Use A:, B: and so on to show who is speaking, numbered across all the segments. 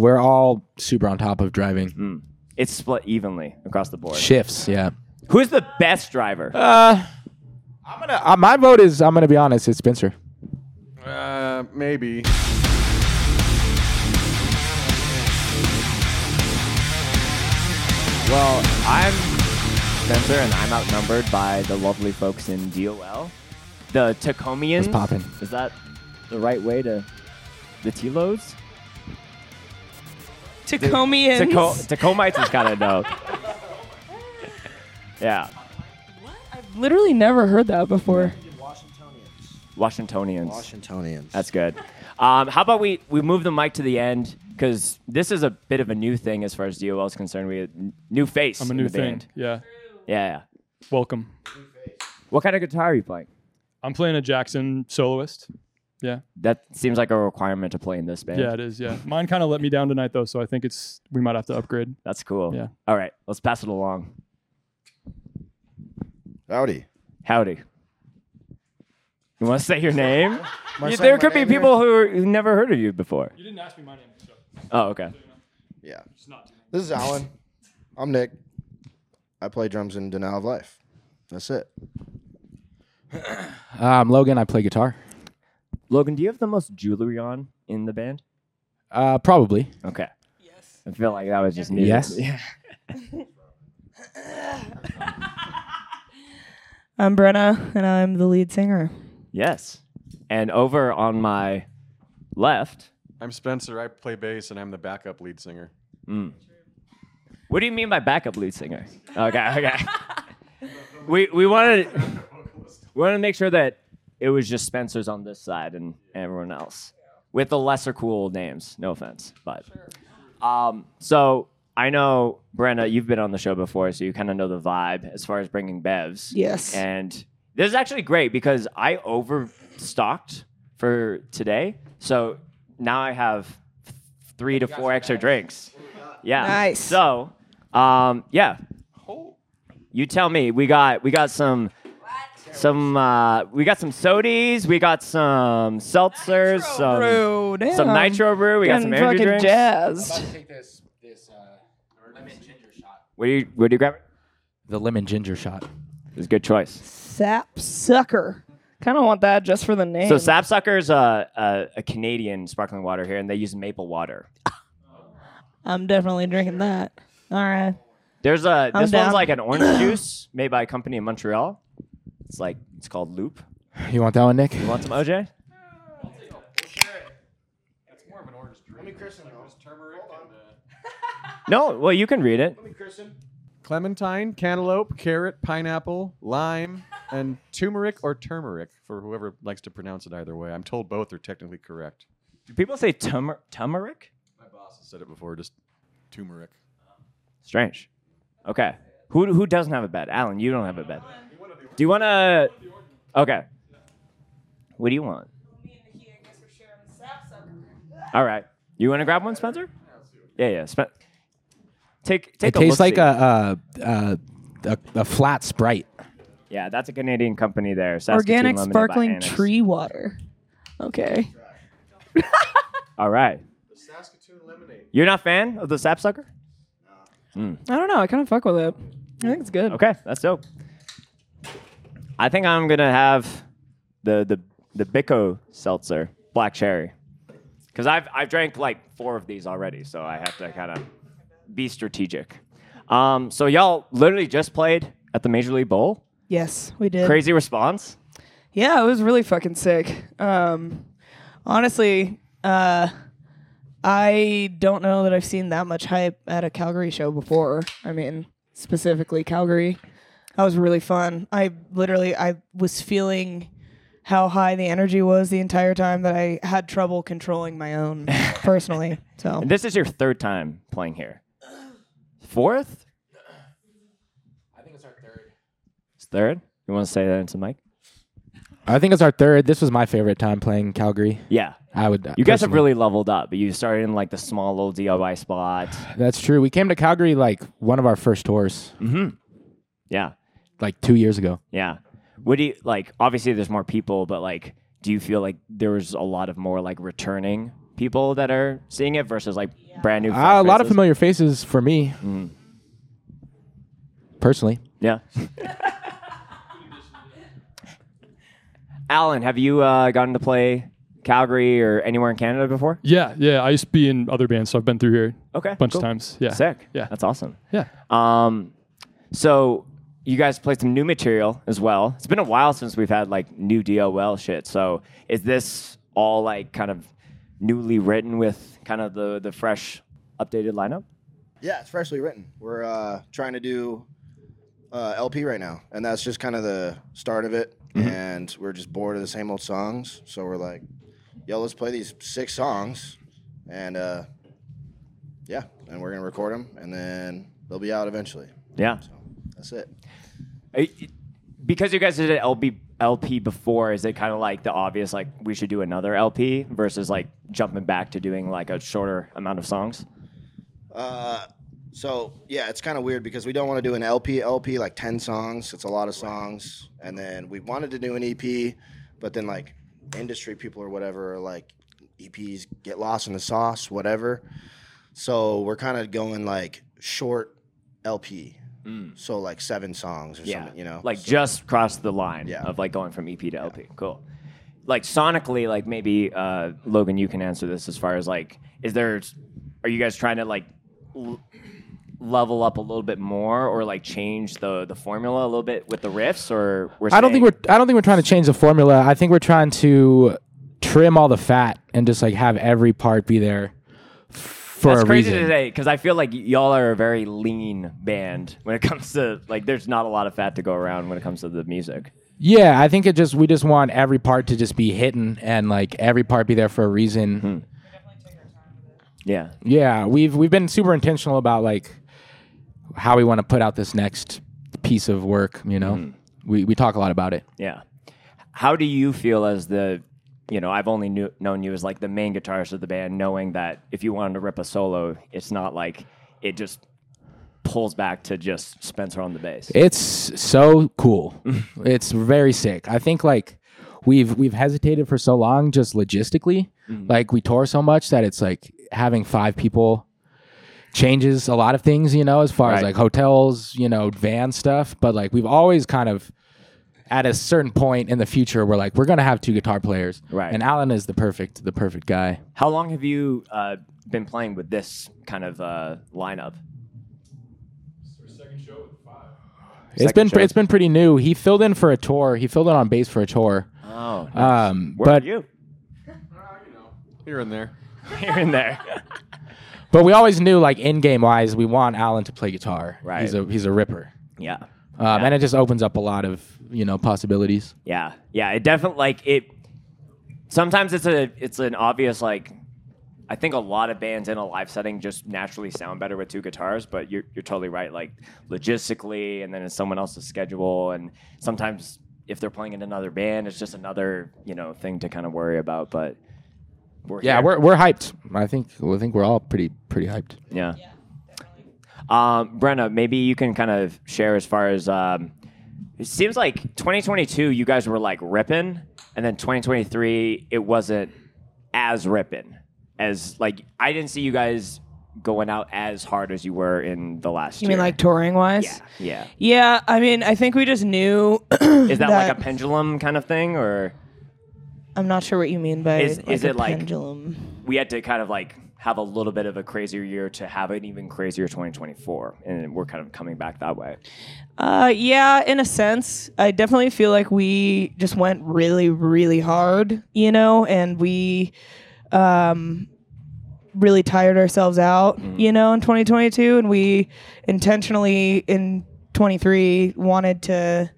A: we're all super on top of driving
B: It's split evenly across the board.
A: shifts. Yeah.
B: Who's the best driver?
C: Uh.
A: I'm gonna. Uh, my vote is. I'm gonna be honest. It's Spencer.
D: Uh, maybe.
B: well, I'm Spencer, and I'm outnumbered by the lovely folks in DOL. The Tacomians.
A: It's popping.
B: Is that the right way to the T-Loads?
E: Tacomians.
B: Taco- Tacomites is kind of dope. yeah,
E: I've literally never heard that before.
B: Washingtonians.
F: Washingtonians.
B: That's good. Um, how about we we move the mic to the end because this is a bit of a new thing as far as DOL is concerned. We have n- new face.
C: I'm a
B: in
C: new
B: the
C: thing.
B: band.
C: Yeah.
B: Yeah, yeah.
C: Welcome.
B: What kind of guitar are you playing?
C: I'm playing a Jackson soloist.
B: That seems like a requirement to play in this band.
C: Yeah, it is. Yeah. Mine kind of let me down tonight though, so I think it's we might have to upgrade.
B: That's cool.
C: Yeah.
B: All right, let's pass it along.
F: Howdy.
B: Howdy. You want to say your name?
F: Am I
B: You-
F: saying
B: there
F: my
B: could be
F: name here?
B: people who, are, who never heard of you before.
C: You didn't ask me my name, so
B: Oh, okay.
F: Yeah. This is Alan. I'm Nick. I play drums in Denial of Life. That's it.
A: Um, Logan. I play guitar.
B: Logan, do you have the most jewelry on in the band?
A: Uh, probably.
B: Okay. Yes. I feel like that was just needed.
A: Yes.
B: Yeah.
E: I'm Brenna, and I'm the lead singer.
B: Yes. And over on my left,
D: I'm Spencer. I play bass, and I'm the backup lead singer.
B: what do you mean by backup lead singer? Okay, okay. we we wanted we wanted to make sure that it was just Spencer's on this side and everyone else with the lesser cool names. No offense, but um, so I know Brenna, you've been on the show before, so you kind of know the vibe as far as bringing bevs.
E: Yes.
B: And this is actually great because I overstocked for today. So now I have three to four extra drinks. Yeah.
E: Nice.
B: So, um, yeah. You tell me. We got we got some some uh, we got some sodies. We got some seltzers. some
E: Bro, damn.
B: some nitro brew. We got
E: Getting
B: some energy
E: fucking
B: drinks.
E: jazzed.
F: Take this, this uh, lemon ginger shot.
B: What do you what do you grab?
A: The lemon ginger shot.
B: It's a good choice.
E: Sap sucker. Kind of want that just for the name.
B: So Sapsucker is a, a a Canadian sparkling water here, and they use maple water.
E: I'm definitely drinking that. All right.
B: There's a
E: I'm
B: this
E: down.
B: one's like an orange juice made by a company in Montreal. It's like it's called Loop.
A: You want that one, Nick?
B: You want some OJ?
F: Let me christen those.
B: No, well you can read it.
F: Let me christen.
D: Clementine, cantaloupe, carrot, pineapple, lime, and turmeric or turmeric for whoever likes to pronounce it either way. I'm told both are technically correct.
B: Do people say tumer- turmeric?
D: My boss has said it before, just turmeric.
B: Strange. Okay. Who who doesn't have a bed? Alan, you don't have a bed. Do you want to? Okay. What do you want? All right. You want to grab one, Spencer? Yeah, yeah. Spen- take take
A: It
B: a
A: tastes like
B: look-see.
A: a, a, a, a a flat Sprite.
B: yeah. That's a Canadian company there. Saskatoon
E: Organic
B: Lemonade by
E: sparkling
B: Annex.
E: tree water. Okay.
B: All right.
F: The Saskatoon lemonade.
B: You're not a fan of the sapsucker?
E: I don't know. I kind of fuck with it. I think it's good.
B: Okay, that's dope. I think I'm gonna have the the the Bico seltzer, black cherry, because I've I've drank like four of these already, so I have to kind of be strategic. Um, so y'all literally just played at the Major League Bowl.
E: Yes, we did.
B: Crazy response.
E: Yeah, it was really fucking sick. Um, honestly, uh, I don't know that I've seen that much hype at a Calgary show before. I mean, specifically Calgary. That was really fun. I literally I was feeling how high the energy was the entire time that I had trouble controlling my own personally. So
B: And this is your third time playing here. Fourth? I think it's our third. It's third. You want to say that into the mic?
A: I think it's our third. This was my favorite time playing Calgary.
B: Yeah.
A: I would. uh,
B: You guys have
A: personally-
B: really leveled up. You started in like the small little DIY spot.
A: That's true. We came to Calgary like one of our first tours,
B: Yeah.
A: like two years ago.
B: Yeah. What do you like? Obviously, there's more people, but like, do you feel like there was a lot of more like returning people that are seeing it versus like brand new.
A: Uh, a lot of
B: faces?
A: familiar faces Mm. for me, personally.
B: Yeah. Alan, have you uh, gotten to play Calgary or anywhere in Canada before?
C: Yeah, yeah. I used to be in other bands, so I've been through here
B: Okay,
C: a bunch
B: cool.
C: of times. Yeah.
B: Sick.
C: Yeah.
B: that's awesome.
C: yeah.
B: Um, so you guys played some new material as well. It's been a while since we've had like new DOL shit. So is this all like kind of newly written with kind of the the fresh updated lineup?
F: Yeah, it's freshly written. We're uh, trying to do uh, LP right now, and that's just kind of the start of it. And we're just bored of the same old songs, so we're like, "Yo, let's play these six songs," and uh, yeah, and we're gonna record them, and then they'll be out eventually.
B: Yeah.
F: That's it.
B: Uh, Because you guys did an LP LP before, is it kind of like the obvious like we should do another LP versus like jumping back to doing like a shorter amount of songs?
F: Uh, so yeah, it's kind of weird because we don't want to do an LP LP like ten songs. It's a lot of songs, and then we wanted to do an EP, but then like industry people or whatever are like EPs get lost in the sauce, whatever. So we're kind of going like short LP, so like seven songs or something, you know,
B: like
F: So-
B: just cross the line
F: Yeah.
B: of like going from EP to LP. Cool. Like sonically, like maybe uh, Logan, you can answer this as far as like, is there, are you guys trying to like l- level up a little bit more or like change the the formula a little bit with the riffs or we're
A: I don't
B: staying-
A: think we're I don't think we're trying to change the formula. I think we're trying to trim all the fat and just like have every part be there for
B: That's
A: a
B: crazy
A: reason.
B: today because I feel like y- y'all are a very lean band when it comes to like. There's not a lot of fat to go around when it comes to the music.
A: Yeah, I think it just we just want every part to just be hidden and like every part be there for a reason.
B: Hmm. Yeah,
A: Yeah, we've we've been super intentional about like how we want to put out this next piece of work, you know.
B: Hmm.
A: We we talk a lot about it.
B: yeah. How do you feel as the, you know, I've only knew, known you as like the main guitarist of the band, knowing that if you wanted to rip a solo, it's not like it just pulls back to just Spencer on the bass.
A: It's so cool. it's very sick. I think like we've we've hesitated for so long just logistically.
B: Mm.
A: Like we tour so much that it's like having five people changes a lot of things, you know, as far as
B: Right.
A: like hotels, you know, van stuff, but like we've always kind of at a certain point in the future we're like we're going to have two guitar players.
B: Right.
A: And Alan is the perfect the perfect guy.
B: How long have you uh, been playing with this kind of uh, lineup?
A: It's
B: Second
A: been
B: show.
A: it's been pretty new. He filled in for a tour. He filled in on bass for a tour.
B: Oh,
A: Um,
B: where
A: but
B: are you?
D: Here and there.
B: Here and there.
A: but we always knew like in game wise, we want Alan to play guitar.
B: Right.
A: He's a he's a ripper,
B: yeah.
A: um, and it just opens up a lot of you know possibilities.
B: Yeah, yeah. It definitely like it. Sometimes it's a it's an obvious like. I think a lot of bands in a live setting just naturally sound better with two guitars, but you're you're totally right. Like logistically, and then it's someone else's schedule, and sometimes if they're playing in another band, it's just another you know thing to kind of worry about. But we're
A: Yeah,
B: here.
A: we're we're hyped. I think I think we're all pretty pretty hyped.
B: Yeah. Um, Brenna, maybe you can kind of share as far as um, it seems like 2022, you guys were like ripping, and then 2023, it wasn't as ripping as like I didn't see you guys going out as hard as you were in the last
E: You
B: year.
E: mean like touring wise?
B: yeah, yeah.
E: Yeah, I mean, I think we just knew.
B: Is that, like
E: That-
B: a pendulum kind of thing, or
E: I'm not sure what you mean by
B: Is-
E: like
B: is
E: a
B: it like-
E: pendulum.
B: we had to kind of like have a little bit of a crazier year to have an even crazier 2024, and we're kind of coming back that way.
E: Uh, yeah, in a sense, I definitely feel like we just went really, really hard, you know, and we um, really tired ourselves out, you know, in 2022, and we intentionally in 23 wanted to.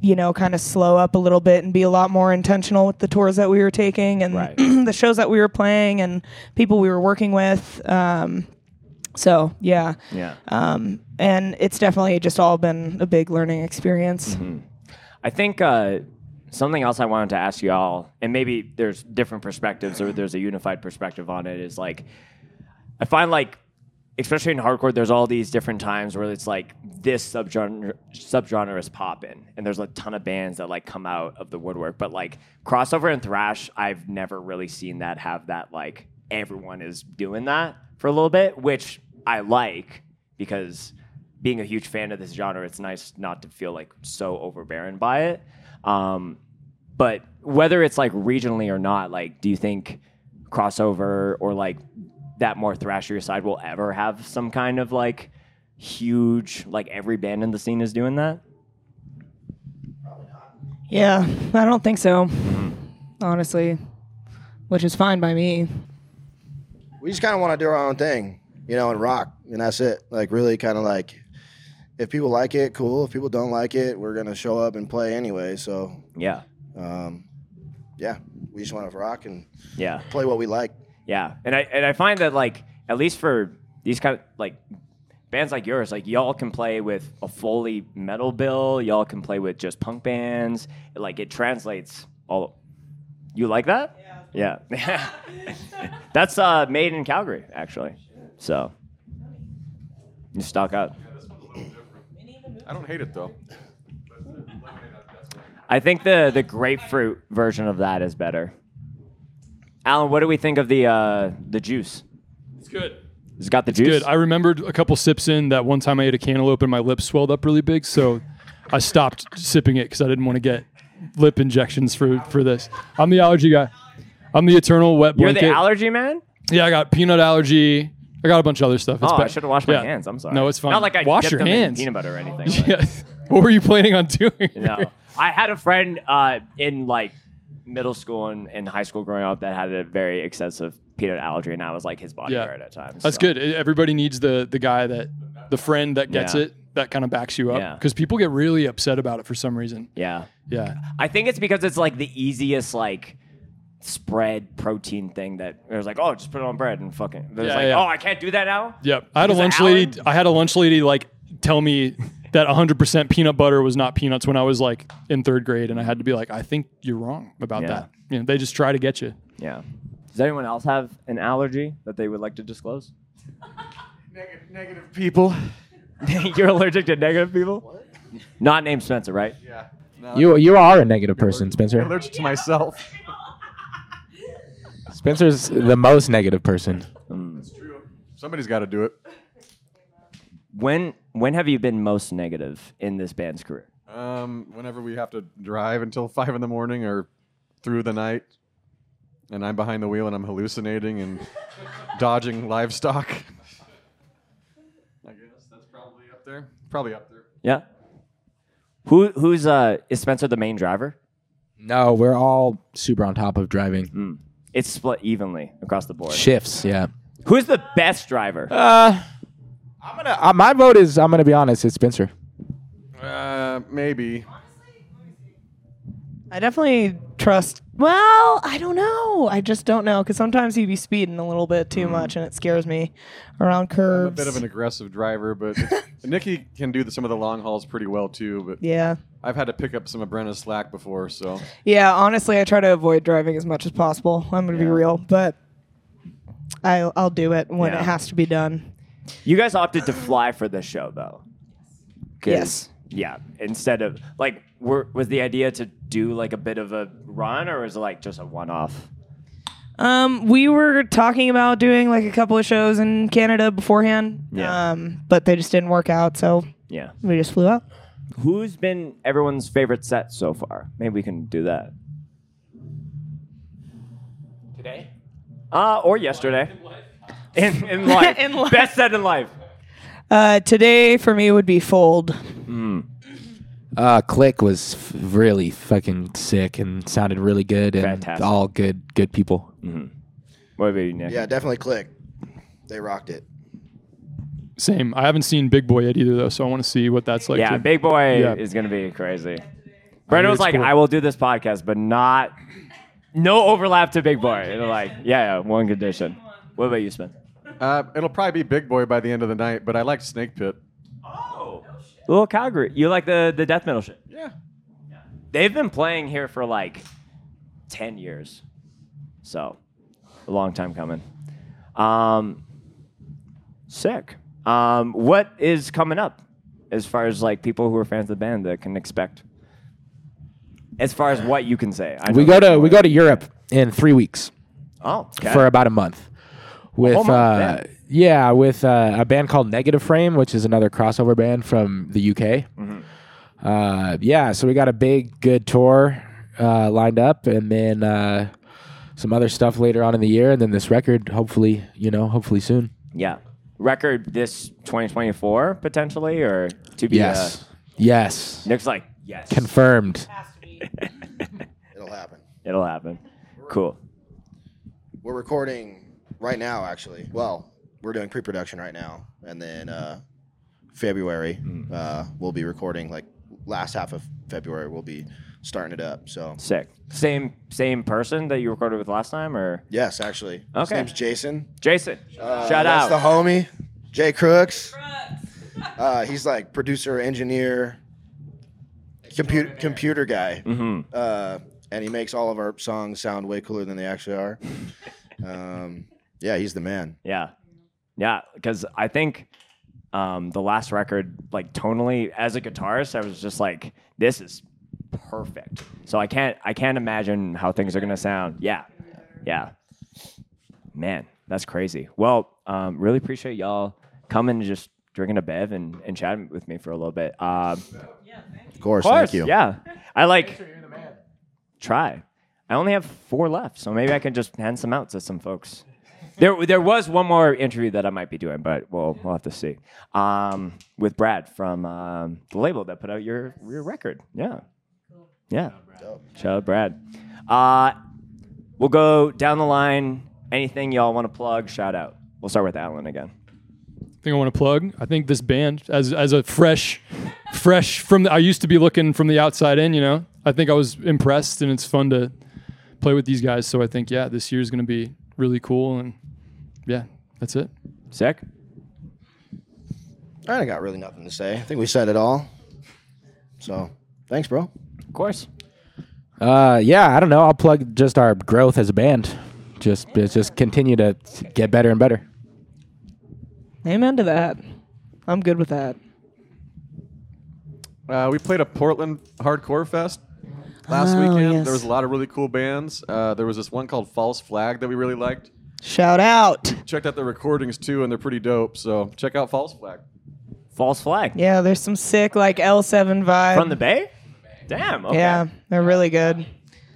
E: You know, kind of slow up a little bit and be a lot more intentional with the tours that we were taking and
B: Right.
E: the shows that we were playing and people we were working with. Um, so, yeah.
B: Yeah.
E: Um, and it's definitely just all been a big learning experience.
B: I think uh, something else I wanted to ask you all, and maybe there's different perspectives or there's a unified perspective on it, is like I find like especially in hardcore, there's all these different times where it's like this subgenre subgenre is popping, and there's a ton of bands that like come out of the woodwork. But like crossover and thrash, I've never really seen that have that like everyone is doing that for a little bit, which I like because being a huge fan of this genre, it's nice not to feel like so overbearing by it. Um, but whether it's like regionally or not, like, do you think crossover or like that more thrashier side will ever have some kind of like huge, like every band in the scene is doing that?
E: Yeah, I don't think so. Honestly, which is fine by me.
F: we just kind of want to do our own thing, you know, and rock, and that's it. Like really, kind of like if people like it, cool. If people don't like it, we're gonna show up and play anyway. So
B: Yeah.
F: yeah, we just want to rock and
B: Yeah.
F: play what we like.
B: Yeah, and I and I find that like at least for these kind of like bands like yours, like y'all can play with a fully metal bill. Y'all can play with just punk bands. Like it translates all. You like that? Yeah. Yeah. That's uh, made in Calgary, actually. So you stock up.
D: I don't hate it though.
B: I think the the grapefruit version of that is better. Alan, what do we think of the uh, the juice?
C: It's good.
B: It's got the juice.
C: Good. I remembered a couple sips in that one time I ate a cantaloupe and my lips swelled up really big, so I stopped sipping it because I didn't want to get lip injections for for this. I'm the allergy guy. I'm the eternal wet
B: You're
C: blanket.
B: the allergy man.
C: yeah, I got peanut allergy. I got a bunch of other stuff. It's
B: Oh, I
C: bad.
B: should have washed my
C: Yeah.
B: hands. I'm sorry.
C: No, it's fine.
B: Not like I
C: wash
B: dipped
C: your
B: them in
C: hands.
B: peanut butter or anything. but-
C: Yeah. What were you planning on doing?
B: no, I had a friend uh, in like middle school and, and high school growing up that had a very excessive peanut allergy, and I was like his bodyguard at times.
C: That's
B: so.
C: good. E- Everybody needs the the guy that the friend that gets
B: Yeah.
C: it that kind of backs you
B: Yeah.
C: up because people get really upset about it for some reason.
B: Yeah,
C: Yeah.
B: I think it's because it's like the easiest like spread protein thing that it was like, oh, just put it on bread and fucking. There's
C: Yeah,
B: like,
C: yeah.
B: oh, I can't do that now.
C: Yep. I had a
B: Because
C: lunch
B: Alan-
C: lady. I had a lunch lady like tell me that 100% peanut butter was not peanuts when I was like in third grade, and I had to be like, I think you're wrong about
B: Yeah.
C: that. You know, they just try to get you.
B: Yeah. Does anyone else have an allergy that they would like to disclose?
D: Negative people.
B: You're allergic to negative people. Not named Spencer, right?
D: Yeah.
A: You you are a negative person, Spencer.
D: Allergic to myself.
A: Spencer's the most negative person.
D: Somebody's got to do it.
B: When when have you been most negative in this band's career?
D: Um, whenever we have to drive until five in the morning or through the night, and I'm behind the wheel and I'm hallucinating and dodging livestock. I guess that's probably up there. Probably up there.
B: Yeah. Who who's uh is Spencer the main driver?
A: No, we're all super on top of driving
B: It's split evenly across the board.
A: shifts. Yeah.
B: Who's the best driver?
A: Uh, I'm gonna. Uh, my vote is. I'm gonna be honest. It's Spencer.
D: Uh, maybe.
E: I definitely trust. Well, I don't know. I just don't know because sometimes he'd be speeding a little bit too much, and it scares me around
D: Mm-hmm. I'm
E: curves.
D: a bit of an aggressive driver, but it's- Nikki can do the, some of the long hauls pretty well too. But
E: yeah,
D: I've had to pick up some of Brenna's slack before, so
E: yeah. Honestly, I try to avoid driving as much as possible. I'm gonna be real, but I, I'll do it when
B: Yeah.
E: it has to be done.
B: You guys opted to fly for this show though. 'Cause-
E: Yes.
B: Yeah. Instead of like were, was the idea to do like a bit of a run or was it like just a one off?
E: Um, we were talking about doing like a couple of shows in Canada beforehand.
B: Yeah.
E: Um, but they just didn't work out, so
B: Yeah.
E: we just flew out.
B: Who's been everyone's favorite set so far? Maybe we can do that. Today? Uh, or yesterday. In, in life.
E: In life.
B: Best set in life.
E: Uh, today for me would be fold.
A: Uh, Click was f- really fucking sick and sounded really good and
B: Fantastic.
A: all good good people.
B: What about you, Nick?
F: Yeah, definitely click. They rocked it.
C: Same. I haven't seen Big Boy yet either, though, so I want to see what that's like.
B: Yeah,
C: too.
B: Big Boy
C: Yeah.
B: is going to be crazy. Brendan was
C: it's
B: like,
C: cool.
B: I will do this podcast, but not, no overlap to Big Boy. And like, yeah, yeah, one condition. What about you, Smith?
D: uh, it'll probably be Big Boy by the end of the night. But I liked Snake Pit.
B: Little Calgary. You like the, the death metal shit?
D: Yeah,
B: They've been playing here for like 10 years. So, a long time coming. Um, Sick. Um, what is coming up as far as like people who are fans of the band that can expect? As far as what you can say, I
A: We
B: know
A: go
B: that
A: to
B: you
A: we
B: wanna-
A: go to Europe in three weeks
B: oh okay.
A: for about a month with
B: whole month,
A: uh,
B: yeah.
A: yeah with uh, a band called Negative Frame, which is another crossover band from the UK.
B: Mm-hmm.
A: Uh, yeah, so we got a big good tour uh, lined up, and then uh, some other stuff later on in the year, and then this record, hopefully, you know, hopefully soon.
B: yeah record this 2024 potentially or to be
A: Yes, yes,
B: Uh, Nick's like yes
A: confirmed.
F: It'll happen.
B: it'll happen. Cool.
F: We're recording right now, actually. Well, we're doing pre-production right now, and then uh, February
B: Hmm.
F: uh, we'll be recording. Like last half of February, we'll be starting it up. So
B: Sick. Same same person that you recorded with last time or
F: yes, actually, his
B: Okay.
F: name's Jason.
B: Jason. Shout
F: Uh,
B: out.
F: that's the homie, Jay Crooks. Uh, he's like producer, engineer, computer computer guy,
B: Mm-hmm.
F: uh, and he makes all of our songs sound way cooler than they actually are. Um, yeah, he's the man.
B: Yeah. Yeah. Cause I think um, the last record, like tonally, as a guitarist, I was just like, this is perfect. So I can't I can't imagine how things are gonna sound. Yeah. Yeah. Man, that's crazy. Well, um, really appreciate y'all coming and just drinking a bev and, and chatting with me for a little bit. Um,
F: Of course,
B: course,
F: thank you.
B: Yeah, I like. Try. I only have four left, so maybe I can just hand some out to some folks. There, there was one more interview that I might be doing, but we'll we'll have to see. Um, with Brad from um, the label that put out your your record. Yeah, yeah. Shout out Brad. Uh, we'll go down the line. Anything y'all want to plug? Shout out. We'll start with Alan again.
C: thing I want to plug. I think this band, as as a fresh, fresh from the, I used to be looking from the outside in. You know, I think I was impressed, and it's fun to play with these guys. So I think yeah, this year's going to be really cool, and yeah, that's it.
B: Sick.
F: I got really nothing to say. I think we said it all. So, thanks, bro.
B: Of course.
A: Uh, yeah, I don't know. I'll plug just our growth as a band. Just just continue to get better and better.
E: Amen to that. I'm good with that.
D: Uh, we played a Portland Hardcore Fest last
E: Oh,
D: weekend.
E: yes.
D: There was a lot of really cool bands. Uh, there was this one called False Flag that we really liked.
E: Shout out.
D: Checked out the recordings too, and they're pretty dope. So check out False Flag.
B: False flag.
E: Yeah, there's some sick like L7 vibe.
B: From the Bay. Damn. Okay.
E: yeah, they're really good.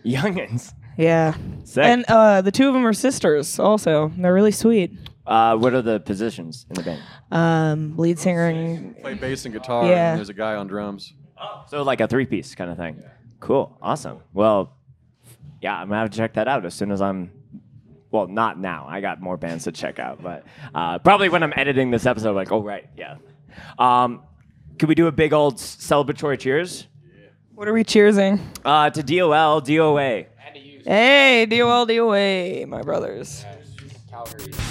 B: Youngins.
E: Yeah.
B: Sick.
E: And uh, the two of them are sisters also. They're really sweet.
B: Uh, what are the positions in the band?
E: Um, lead singer and
D: Play bass and guitar.
E: Yeah.
D: And there's a guy on drums.
B: So like a three piece kind of thing. Cool. Awesome. Well, yeah, I'm gonna have to check that out as soon as I'm. Well, not now. I got more bands to check out, but uh, probably when I'm editing this episode, like, oh right, yeah. Um, could we do a big old s- celebratory cheers
E: what are we cheersing?
B: uh, to DOL, DOA?
E: Hey, DOL, DOA, my brothers.
A: Calgary.